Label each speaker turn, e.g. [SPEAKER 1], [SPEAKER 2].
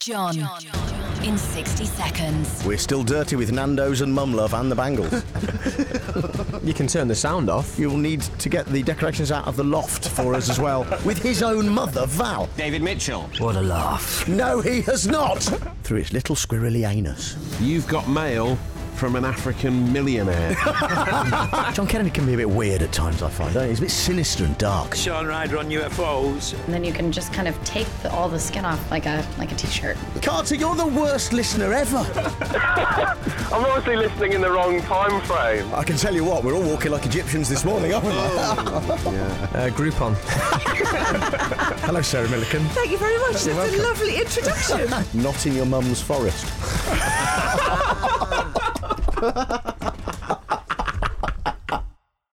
[SPEAKER 1] John, in 60 seconds.
[SPEAKER 2] We're still dirty with Nando's and Mum Love and the Bangles.
[SPEAKER 3] You can turn the sound off.
[SPEAKER 2] You'll need to get the decorations out of the loft for us as well, with his own mother, Val.
[SPEAKER 4] David Mitchell.
[SPEAKER 1] What a laugh.
[SPEAKER 2] No, he has not! Through his little squirrely anus.
[SPEAKER 4] You've got mail from an African millionaire.
[SPEAKER 2] Ah, John Kennedy can be a bit weird at times, I find. don't he? He's a bit sinister and dark.
[SPEAKER 5] Sean Ryder on UFOs.
[SPEAKER 6] And then you can just kind of take the, all the skin off like a like a t-shirt.
[SPEAKER 2] Carter, you're the worst listener ever.
[SPEAKER 7] I'm obviously listening in the wrong time frame.
[SPEAKER 2] I can tell you what, we're all walking like Egyptians this morning, aren't we? Oh.
[SPEAKER 3] Uh, Groupon.
[SPEAKER 2] Hello, Sarah Milliken.
[SPEAKER 8] Thank you very much. That's a lovely introduction.
[SPEAKER 2] Not in your mum's forest.